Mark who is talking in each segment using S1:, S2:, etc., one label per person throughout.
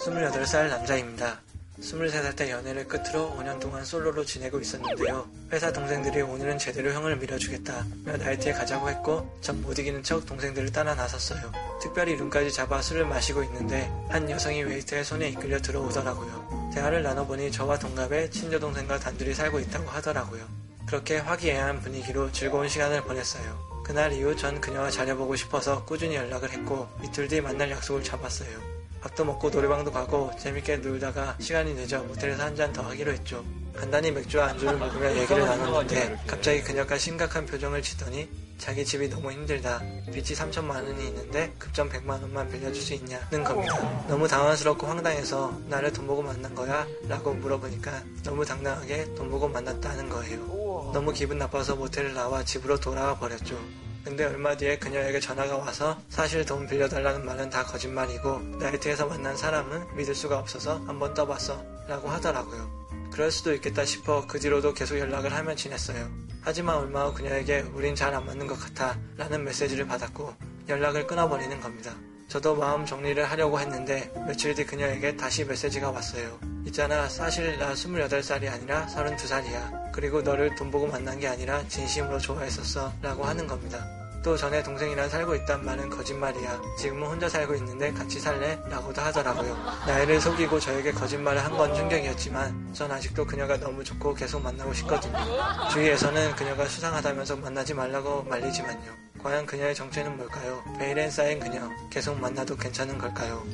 S1: 28살 남자입니다. 23살 때 연애를 끝으로 5년 동안 솔로로 지내고 있었는데요. 회사 동생들이 오늘은 제대로 형을 밀어주겠다며 나이트에 가자고 했고 전 못 이기는 척 동생들을 따라 나섰어요. 특별히 룸까지 잡아 술을 마시고 있는데 한 여성이 웨이터의 손에 이끌려 들어오더라고요. 대화를 나눠보니 저와 동갑의 친여동생과 단둘이 살고 있다고 하더라고요. 그렇게 화기애애한 분위기로 즐거운 시간을 보냈어요. 그날 이후 전 그녀와 잘해보고 싶어서 꾸준히 연락을 했고 이틀 뒤 만날 약속을 잡았어요. 밥도 먹고 노래방도 가고 재밌게 놀다가 시간이 늦어 모텔에서 한 잔 더 하기로 했죠. 간단히 맥주와 안주를 먹으며 얘기를 나누는데 갑자기 그녀가 심각한 표정을 짓더니 자기 집이 너무 힘들다. 빚이 3천만 원이 있는데 급전 100만 원만 빌려줄 수 있냐는 겁니다. 너무 당황스럽고 황당해서 나를 돈 보고 만난 거야? 라고 물어보니까 너무 당당하게 돈 보고 만났다는 거예요. 너무 기분 나빠서 모텔을 나와 집으로 돌아와 버렸죠. 근데 얼마 뒤에 그녀에게 전화가 와서 사실 돈 빌려달라는 말은 다 거짓말이고 나이트에서 만난 사람은 믿을 수가 없어서 한번 떠봤어 라고 하더라고요. 그럴 수도 있겠다 싶어 그 뒤로도 계속 연락을 하며 지냈어요. 하지만 얼마 후 그녀에게 우린 잘 안 맞는 것 같아 라는 메시지를 받았고 연락을 끊어버리는 겁니다. 저도 마음 정리를 하려고 했는데 며칠 뒤 그녀에게 다시 메시지가 왔어요. 있잖아 사실 나 28살이 아니라 32살이야. 그리고 너를 돈 보고 만난 게 아니라 진심으로 좋아했었어 라고 하는 겁니다. 또 전에 동생이랑 살고 있단 말은 거짓말이야. 지금은 혼자 살고 있는데 같이 살래? 라고도 하더라고요. 나이를 속이고 저에게 거짓말을 한 건 충격이었지만 전 아직도 그녀가 너무 좋고 계속 만나고 싶거든요. 주위에서는 그녀가 수상하다면서 만나지 말라고 말리지만요. 과연 그녀의 정체는 뭘까요? 베일엔 쌓인 그녀 계속 만나도 괜찮은 걸까요?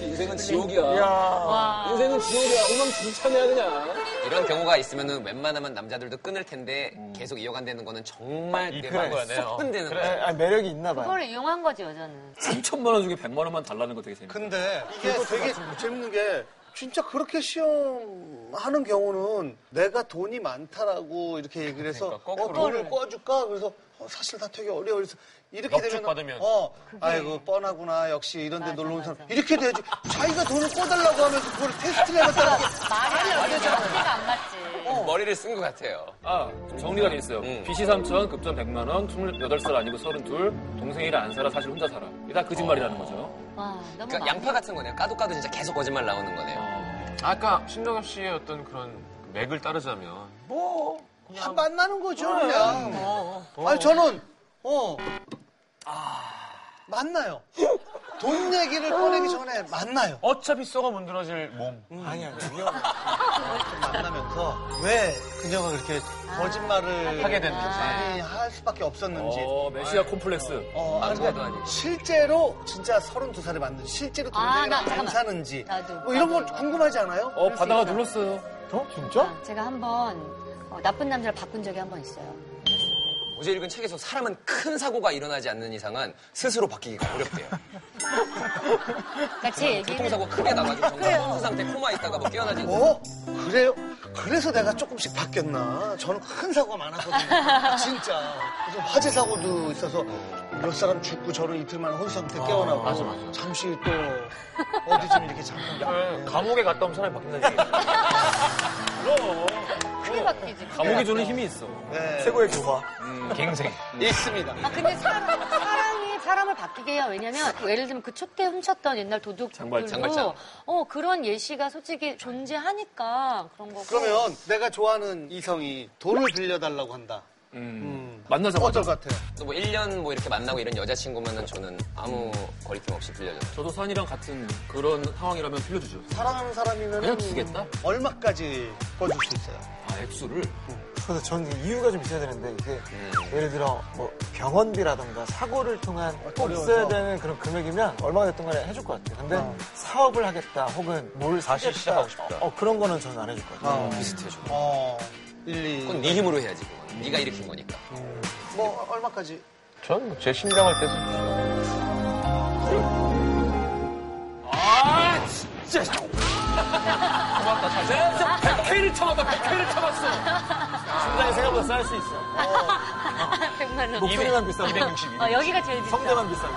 S2: 인생은 지옥이야. 인생은 지옥이야. 오만 불참해야 그냥.
S3: 이런 경우가 있으면은 웬만하면 남자들도 끊을 텐데 계속 이어간다는 거는 정말 내 마음에
S4: 그래.
S3: 쏙 흔드는 거야.
S4: 아, 매력이 있나 봐요.
S5: 그걸 이용한 거지 여자는.
S6: 3천만 원 중에 100만 원만 달라는 거 되게 재밌어.
S7: 근데 이게 되게 재밌는 게 진짜 그렇게 시험하는 경우는 내가 돈이 많다라고 이렇게 얘기를 해서
S3: 그러니까 거꾸로.
S7: 어, 돈을 꿔줄까? 그래서 어, 사실 나 되게 어려워. 그래서 이렇게
S3: 넙죽
S7: 되면
S3: 받으면.
S7: 어, 아이고 뻔하구나. 역시 이런 데 놀러 온 사람 이렇게 돼야지. 자기가 돈을 꿔달라고 하면서 그걸 테스트를 해봤다는 게
S5: 말이 안 맞지. 앞뒤가 안 맞지.
S3: 머리를 쓴 것 같아요.
S6: 아, 정리가 돼 있어요.
S3: 음.
S6: 빚이 3천, 급전 100만 원, 28살 아니고 32, 동생이랑 안 살아, 사실 혼자 살아. 이게 다 거짓말이라는 거죠.
S5: 와 너무
S3: 그러니까 양파 같은 거네요. 까도 까도 진짜 계속 거짓말 나오는 거네요.
S8: 아까 신동엽 씨의 어떤 그런 맥을 따르자면
S7: 다 만나는 거죠, 그냥.
S3: 어.
S7: 아니, 저는, 어. 만나요. 돈 얘기를 꺼내기 전에 만나요.
S8: 어차피 썩어 문드러질 몸.
S7: 아니야, 위험해. 만나면서 왜 그녀가 그렇게 거짓말을
S8: 하게 됐는지.
S7: 많이 할 수밖에 없었는지.
S6: 어, 메시아 콤플렉스.
S7: 어, 아니,
S3: 남자도 아니고.
S7: 실제로 진짜 32살에 맞는지, 실제로 돈을
S5: 아, 나
S7: 안
S5: 잠깐만.
S7: 사는지.
S5: 나도,
S7: 뭐 이런 거
S5: 나도.
S7: 궁금하지 않아요?
S6: 어,
S5: 수
S6: 바다가
S5: 있다.
S6: 눌렀어요.
S4: 어? 진짜?
S5: 제가 한번 어, 나쁜 남자를 바꾼 적이 한 번 있어요.
S3: 어제 읽은 책에서 사람은 큰 사고가 일어나지 않는 이상은 스스로 바뀌기가 어렵대요.
S5: 그러니까 제 얘기는
S3: 교통사고 크게 나가지고 정말 혼수 상태 코마 있다가 막 아, 깨어나지 않는
S7: 어? 그래요? 그래서 내가 조금씩 바뀌었나? 저는 큰 사고가 많았거든요. 진짜. 그래서 화재 사고도 있어서 몇 사람 죽고 저는 이틀 만에 혼수 상태 깨어나고.
S8: 맞아, 맞아.
S7: 잠시 또 어디 좀 이렇게 잠깐.
S8: 네, 감옥에 갔다 오면 사람이 바뀐다는 얘기.
S5: 크게 바뀌지.
S6: 감옥이 주는 힘이 있어.
S7: 네.
S4: 최고의 교화.
S8: 갱생.
S7: 있습니다.
S5: 아 근데 사람, 사랑이 사람을 바뀌게 해요. 왜냐면 예를 들면 그 촛대 훔쳤던 옛날 도둑들도
S6: 장발장.
S3: 장발장.
S5: 어 그런 예시가 솔직히 존재하니까 그런 거고.
S7: 그러면 내가 좋아하는 이성이 돈을 빌려달라고 한다.
S6: 음.
S7: 어떨
S6: 만나자마자.
S7: 것 같아요?
S3: 또뭐 1년 뭐 이렇게 만나고 이런 여자친구면은 저는 아무 거리낌 없이 빌려줘.
S6: 저도 산이랑 같은 그런 상황이라면 빌려주죠.
S7: 사랑하는 사람이면
S6: 그냥 주겠다?
S7: 얼마까지 꿔줄 수 있어요?
S6: 아, 액수를.
S4: 그래서 저는 이유가 좀 있어야 되는데 이게 예를 들어 뭐 병원비라던가 사고를 통한 꼭
S7: 어려워서.
S4: 써야 되는 그런 금액이면 얼마가 됐던 간에 해줄 것 같아요. 근데 사업을 하겠다 혹은 뭘 다시 시작하고 싶다. 어, 그런 거는 저는 안 해줄 것 같아요.
S7: 어.
S3: 비슷해져.
S7: 어, 1, 2.
S3: 그건 네 힘으로 해야지. 그건. 네가 일으킨 거니까.
S7: 뭐, 얼마까지?
S8: 전제 심장할 때도.
S6: 아, 진짜. 고맙다, 잘. 내가 진짜 100회를 참았다, 100회를 참았어.
S4: 나의 생각보다 쌀 수 있어.
S5: 100만 원.
S4: 목소리만 비싸고
S5: 어, 여기가 제일 비싸.
S4: 성대만 비싸고.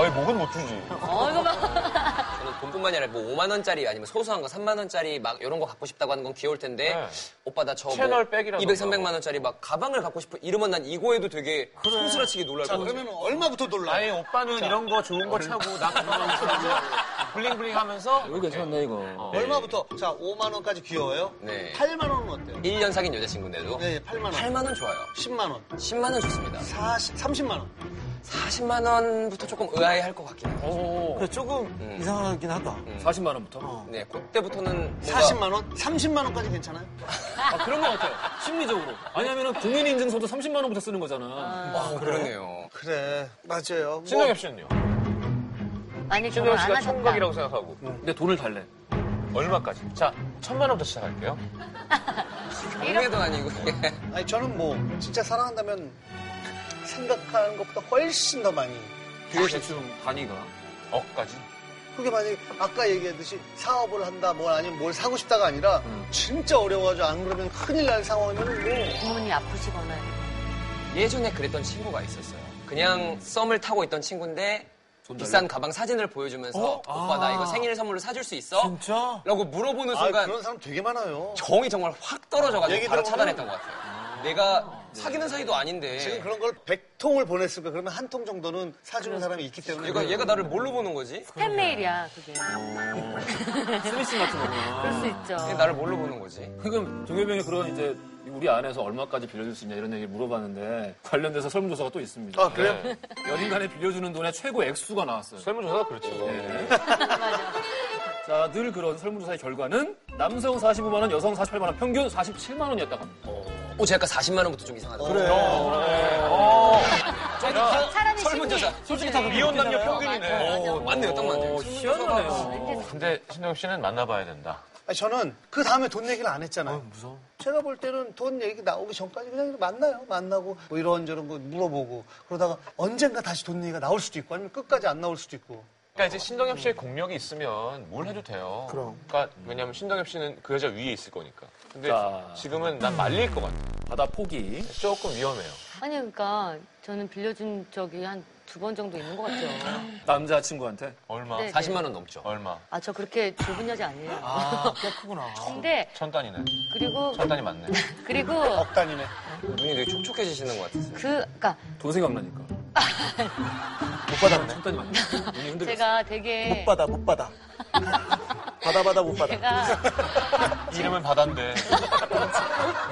S8: 아니, 목은 못 주지.
S5: 어 이거 봐.
S3: 저는 돈뿐만이 아니라 뭐 5만 원짜리 아니면 소소한 거 3만 원짜리 막 이런 거 갖고 싶다고 하는 건 귀여울 텐데
S8: 네.
S3: 오빠 나저
S8: 채널 백이라던가.
S3: 200, 300만 원짜리 막 가방을 갖고 싶어 이러면 난 이거에도 되게 손스라치게 놀랄 것 같아.
S8: 네,
S7: 그러면 얼마부터 놀라?
S8: 아니, 오빠는 이런 거 좋은 거 차고, 나 그만 하고 블링블링 하면서 어.
S2: 이거 괜찮네 이거.
S7: 얼마부터? 자, 5만 원까지 귀여워요?
S3: 네.
S7: 8만 원은 어때요?
S3: 1년 사귄 여자친구인데도
S7: 네, 8만 원.
S3: 8만 원 좋아요.
S7: 10만 원.
S3: 10만 원 좋습니다.
S7: 40, 30만 원.
S3: 40만 원부터 조금 의아해할 것 같긴 해요.
S6: 오,
S8: 그렇죠.
S4: 근데 조금
S3: 음.
S4: 어, 이상하긴 하다.
S6: 40만 원부터?
S8: 어.
S3: 네, 그때부터는 뭔가
S7: 40만 원? 30만 원까지 괜찮아요?
S6: 아, 그런 것 같아요. 심리적으로. 왜냐면은 국민인증서도 30만 원부터 쓰는 거잖아.
S3: 어, 그러네요.
S7: 그래, 맞아요. 뭐,
S8: 신동엽 씨는요?
S5: 만약 결혼
S8: 신동엽
S5: 안
S8: 씨가
S5: 하셨다.
S8: 총각이라고 생각하고
S6: 근데 돈을 달래.
S8: 얼마까지? 자 천만 원부터 시작할게요.
S3: 경매도 아니고. 예.
S7: 아니, 저는 뭐, 진짜 사랑한다면 생각하는 것보다 훨씬 더 많이.
S8: 그래서 지금 단위가 억까지.
S7: 그게 만약에 아까 얘기했듯이 사업을 한다, 뭘 아니면 뭘 사고 싶다가 아니라 진짜 어려워가지고 안 그러면 큰일 날 상황이면 뭐.
S5: 부모님이 아프시거나.
S3: 예전에 그랬던 친구가 있었어요. 그냥 썸을 타고 있던 친구인데 비싼 가방 사진을 보여주면서 오빠 나 이거 생일 선물로 사줄 수 있어?
S4: 진짜?
S3: 라고 물어보는
S7: 아,
S3: 순간
S7: 그런 사람 되게 많아요.
S3: 정이 정말 확 떨어져가지고
S7: 얘기
S3: 바로
S7: 들어보면-
S3: 차단했던 것 같아요. 내가 사귀는 사이도 아닌데
S7: 지금 그런 걸 100통을 보냈을 거야. 그러면 한 통 정도는
S4: 음.
S7: 사주는 사람이 있기 때문에.
S4: 예-
S3: 얘가, 얘가 나를 뭘로 보는 거지?
S5: 스팸 메일이야 그게.
S6: 스미싱 같은 거구나.
S5: 그럴 수 있죠.
S3: 얘 나를 뭘로 보는 거지?
S6: 지금 동엽이 형이 그런 이제 우리 안에서 얼마까지 빌려줄 수 있냐 이런 얘기를 물어봤는데 관련돼서 설문조사가 또 있습니다.
S7: 아, 그래요?
S4: 네.
S6: 연인간에 빌려주는 돈의 최고 액수가 나왔어요.
S8: 설문조사가 그렇죠.
S4: 네.
S6: 자, 늘 그런 설문조사의 결과는 남성 45만 원, 여성 48만 원, 평균 47만 원이었다고 합니다.
S3: 어, 제가 40만 원부터 좀 이상하다.
S7: 어.
S4: 그래.
S5: 사람이
S3: 설문조사.
S5: 솔직히 다
S8: 미혼 남녀 평균이네.
S5: 맞아.
S3: 어, 맞네요, 딱 맞네요.
S6: 어, 희한하네요.
S8: 근데 신동엽 씨는 만나봐야 된다.
S7: 아니, 저는 그 다음에 돈 얘기를 안 했잖아요.
S4: 어,
S7: 제가 볼 때는 돈 얘기 나오기 전까지 그냥 만나요. 만나고 뭐 이런저런 거 물어보고 그러다가 언젠가 다시 돈 얘기가 나올 수도 있고 아니면 끝까지 안 나올 수도 있고.
S8: 그러니까 이제 신동엽 씨의 공력이 있으면 뭘 해도 돼요.
S4: 그럼.
S8: 러니까 왜냐면 신동엽 씨는 그 여자 위에 있을 거니까. 근데
S6: 자.
S8: 지금은 난 말릴 것 같아.
S6: 바다 포기.
S8: 조금 위험해요.
S5: 아니 그러니까 저는 빌려준 적이 한 두 번 정도 있는 것 같아요.
S6: 남자친구한테.
S8: 얼마?
S5: 네.
S3: 40만 원 넘죠.
S8: 얼마?
S5: 아 저 그렇게 좁은 여자 아니에요.
S4: 아, 꽤 크구나.
S5: 근데
S8: 천 단이네.
S5: 그리고
S8: 천 단이 맞네.
S5: 그리고
S7: 억단이네.
S3: 눈이 되게 촉촉해지시는 것 같아서.
S5: 그 그러니까
S6: 돈 생각나니까.
S4: 못 받았네.
S6: 천단이 많네. 눈이 흔들렸어.
S5: 제가 되게
S4: 못 받아, 못 받아. 받아, 받아, 못 받아.
S5: 제가
S8: 이름은 바다인데.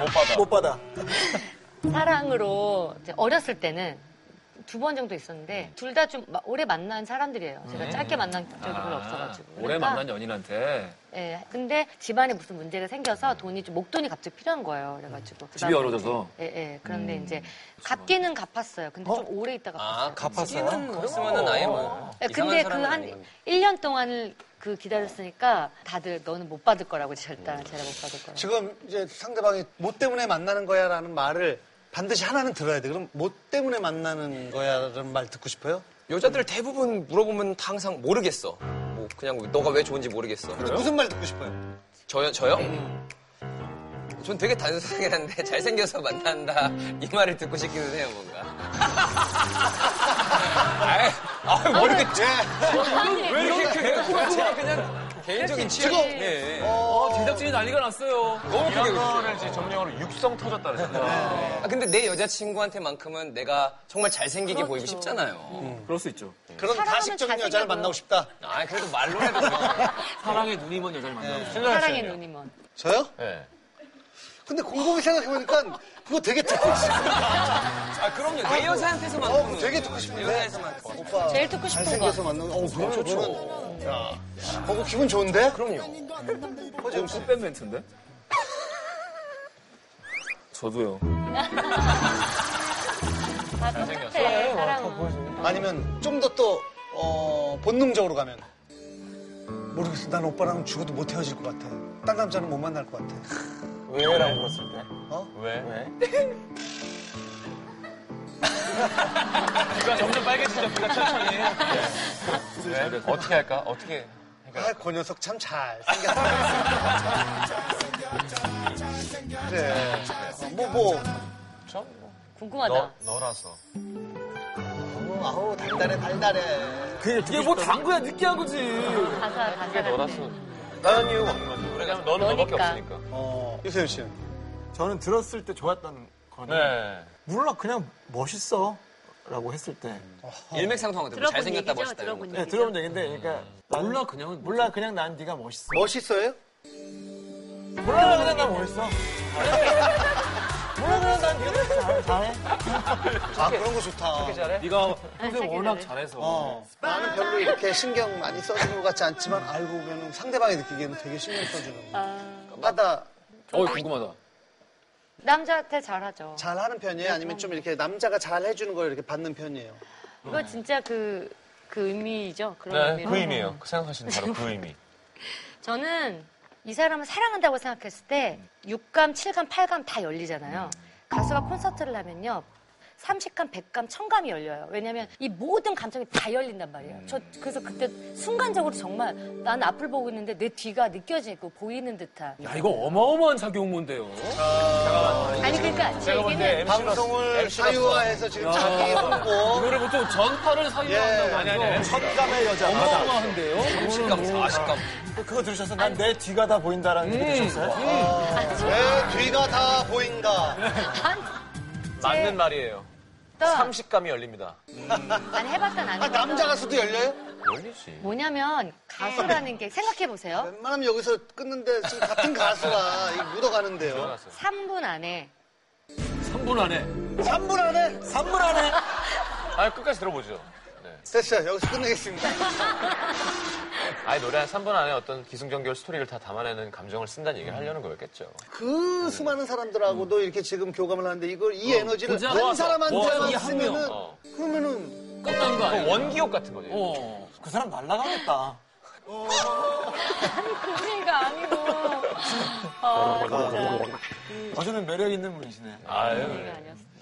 S8: 못 받아.
S4: 못 받아.
S5: 사랑으로 이제 어렸을 때는 두 번 정도 있었는데 둘 다 좀 오래 만난 사람들이에요. 제가 짧게 만난 적이 별로 없어가지고.
S6: 아, 오래
S5: 그러니까
S6: 만난 연인한테
S5: 예. 근데 집안에 무슨 문제가 생겨서 돈이 좀 목돈이 갑자기 필요한 거예요. 그래가지고
S6: 집이 어려져서.
S5: 예, 예. 그런데 이제 갚기는 갚았어요. 근데 좀 오래 있다 갚았어요.
S3: 아,
S4: 갚았어요?
S3: 갚았어요? 그랬으면 아예 뭐.
S5: 예, 근데 그 한 1년 동안을 그 기다렸으니까 다들 너는 못 받을 거라고 절단 제가 못 받을 거라고.
S7: 지금 이제 상대방이 뭐 때문에 만나는 거야라는 말을 반드시 하나는 들어야 돼. 그럼 뭐 때문에 만나는 거야라는 말 듣고 싶어요?
S3: 여자들 대부분 물어보면 다 항상 모르겠어. 뭐 그냥 너가 왜 좋은지 모르겠어.
S7: 무슨 말 듣고 싶어요?
S3: 저요? 저요? 전 되게 단순하긴 한데 잘생겨서 만난다 이 말을 듣고 싶기는 해요 뭔가. 아이, 아, 뭐 이렇게 왜 이렇게 그냥, 그냥, 그냥 개인적인 취향. 네.
S6: 어, 제작진이 난리가 났어요.
S3: 너무 크게
S8: 이런
S3: 웃어요.
S8: 거를 이제 전문용어로 육성 터졌다 그러잖아요.
S3: 아, 근데 내 여자친구한테만큼은 내가 정말 잘생기게 보이고 싶잖아요.
S6: 그럴 수 있죠.
S7: 그럼
S5: 사랑하면
S7: 가식적인 여자를
S5: 잘생겨
S7: 만나고 싶다.
S3: 아, 그래도 말로 해도 돼요.
S6: 사랑의 눈이 먼 여자를 만나고 싶어.
S8: 신동엽
S5: 사랑의
S8: 씨는요?
S5: 눈이 먼.
S7: 저요?
S8: 네.
S7: 근데 곰곰이 생각해보니까 그거 되게 듣고 싶어.
S3: 아, 그럼요. 내 여자한테서만.
S7: 어, 그거 되게 듣고 싶은데.
S3: 내 여자에서만.
S7: 오빠.
S5: 제일 듣고 싶은
S7: 잘생겨서 만나는 거. 어, 그럼 좋죠. 야. 어, 그거 기분 좋은데?
S3: 그럼요.
S6: 어, 꽃뱀 멘트인데? 저도요.
S5: 다 똑같아. 네, 사랑은.
S7: 아니면 좀 더 또, 어, 본능적으로 가면. 모르겠어. 난 오빠랑 죽어도 못 헤어질 것 같아. 딴 남자는 못 만날 것 같아.
S4: 왜라고 물었을 때.
S8: 왜?
S4: 왜?
S8: 그러니까 점점 빨개지죠. 그가 천천히.
S4: 네.
S8: 왜? 어떻게 할까? 어떻게?
S7: 아, 그 녀석 참 잘생겼다. 그래. 어, 뭐, 뭐.
S5: 궁금하다.
S8: 너 너라서.
S7: 아우, 아우, 달달해, 달달해.
S6: 이게 뭐 당구야 느끼한 거지.
S5: 가사 가사
S8: 너라서. 네. 다른 이유가 없는 거죠. 왜냐면 너는 너밖에
S5: 너니까.
S8: 없으니까.
S7: 어, 유세윤 씨는?
S4: 저는 들었을 때 좋았던 거는.
S8: 네.
S4: 몰라, 그냥 멋있어. 라고 했을 때
S3: 일맥상통하거든요.
S5: 들어본
S3: 잘생겼다
S5: 얘기죠?
S3: 멋있다. 이런 거.
S5: 들어본
S4: 네,
S5: 얘기죠?
S4: 들어보면 되겠는데 그러니까 난-
S8: 몰라 그냥
S4: 몰라 그냥 난 네가 멋있어
S7: 멋있어요?
S4: 몰라 그냥 난 멋있어 몰라 그냥 난 네가 잘- 잘해
S7: 아 그런 거 좋다.
S8: 네가
S5: 자기
S8: 평소에 워낙
S5: 노래.
S8: 잘해서
S7: 어. 나는 별로 이렇게 신경 많이 써주는 것 같지 않지만 알고 보면 상대방이 느끼기에는 되게 신경 써주는 그러니까 거. 까다
S6: 어 궁금하다.
S5: 남자한테 잘하죠.
S7: 잘하는 편이에요? 아니면 좀 이렇게 남자가 잘 해주는 걸 이렇게 받는 편이에요?
S5: 이거 진짜 그, 그 의미죠. 그런
S8: 네,
S5: 의미로.
S8: 그 의미예요. 그 생각하시는 바로 그 의미.
S5: 저는 이 사람을 사랑한다고 생각했을 때 6감, 7감, 8감 다 열리잖아요. 가수가 콘서트를 하면요. 30감, 100감, 1000감이 열려요. 왜냐면 이 모든 감정이 다 열린단 말이에요. 저 그래서 그때 순간적으로 정말 난 앞을 보고 있는데 내 뒤가 느껴지고 보이는 듯한.
S6: 야 이거 어마어마한 자기 홍보인데요.
S5: 아니 그러니까 제
S8: 네,
S5: 얘기는
S7: 방송을 사유화해서 지금 자기 홍보.
S6: 이거를 보통 전파를 사유한다고
S8: 네,
S7: 예.
S6: 하죠.
S4: 첫감의 여자
S6: 어마어마한데요.
S3: 10감, 40감.
S4: 그거 들으셨어요? 난 내 뒤가 다 보인다라는 얘기
S6: 음.
S4: 들으셨어요?
S6: 아.
S7: 내 네, 뒤가 다 보인다.
S8: 맞는 말이에요.
S5: 어떤
S8: 30감이 열립니다.
S5: 안 해봤던 안
S7: 아,
S5: 해봤던
S7: 남자 가수도 열려요?
S8: 열리지.
S5: 뭐냐면 가수라는 게 생각해 보세요.
S7: 웬만하면 여기서 끊는데 지금 같은 가수라 이 묻어가는데요.
S5: 3분 안에
S6: 3분 안에
S7: 3분 안에
S8: 아 끝까지 들어보죠. 네.
S7: 됐어요. 여기서 끝내겠습니다.
S8: 아예 노래 한 3분 안에 어떤 기승전결 스토리를 다 담아내는 감정을 쓴다는 얘기를 하려는 거였겠죠.
S7: 그 수많은 사람들하고도 이렇게 지금 교감을 하는데 이걸 이
S6: 어,
S7: 에너지를
S6: 모자
S7: 한
S6: 모아서, 모아서
S7: 사람한테만
S6: 이한 명.
S7: 쓰면은
S8: 어.
S7: 그러면은
S6: 껐다는 거 아니에요?
S8: 원기옥 같은 거죠.
S6: 어.
S4: 그 사람 날라가겠다
S5: 그러니까 아니고 어,
S4: 어제는 매력 있는 분이시네
S8: 아유. 예.
S5: 그게 아니었어.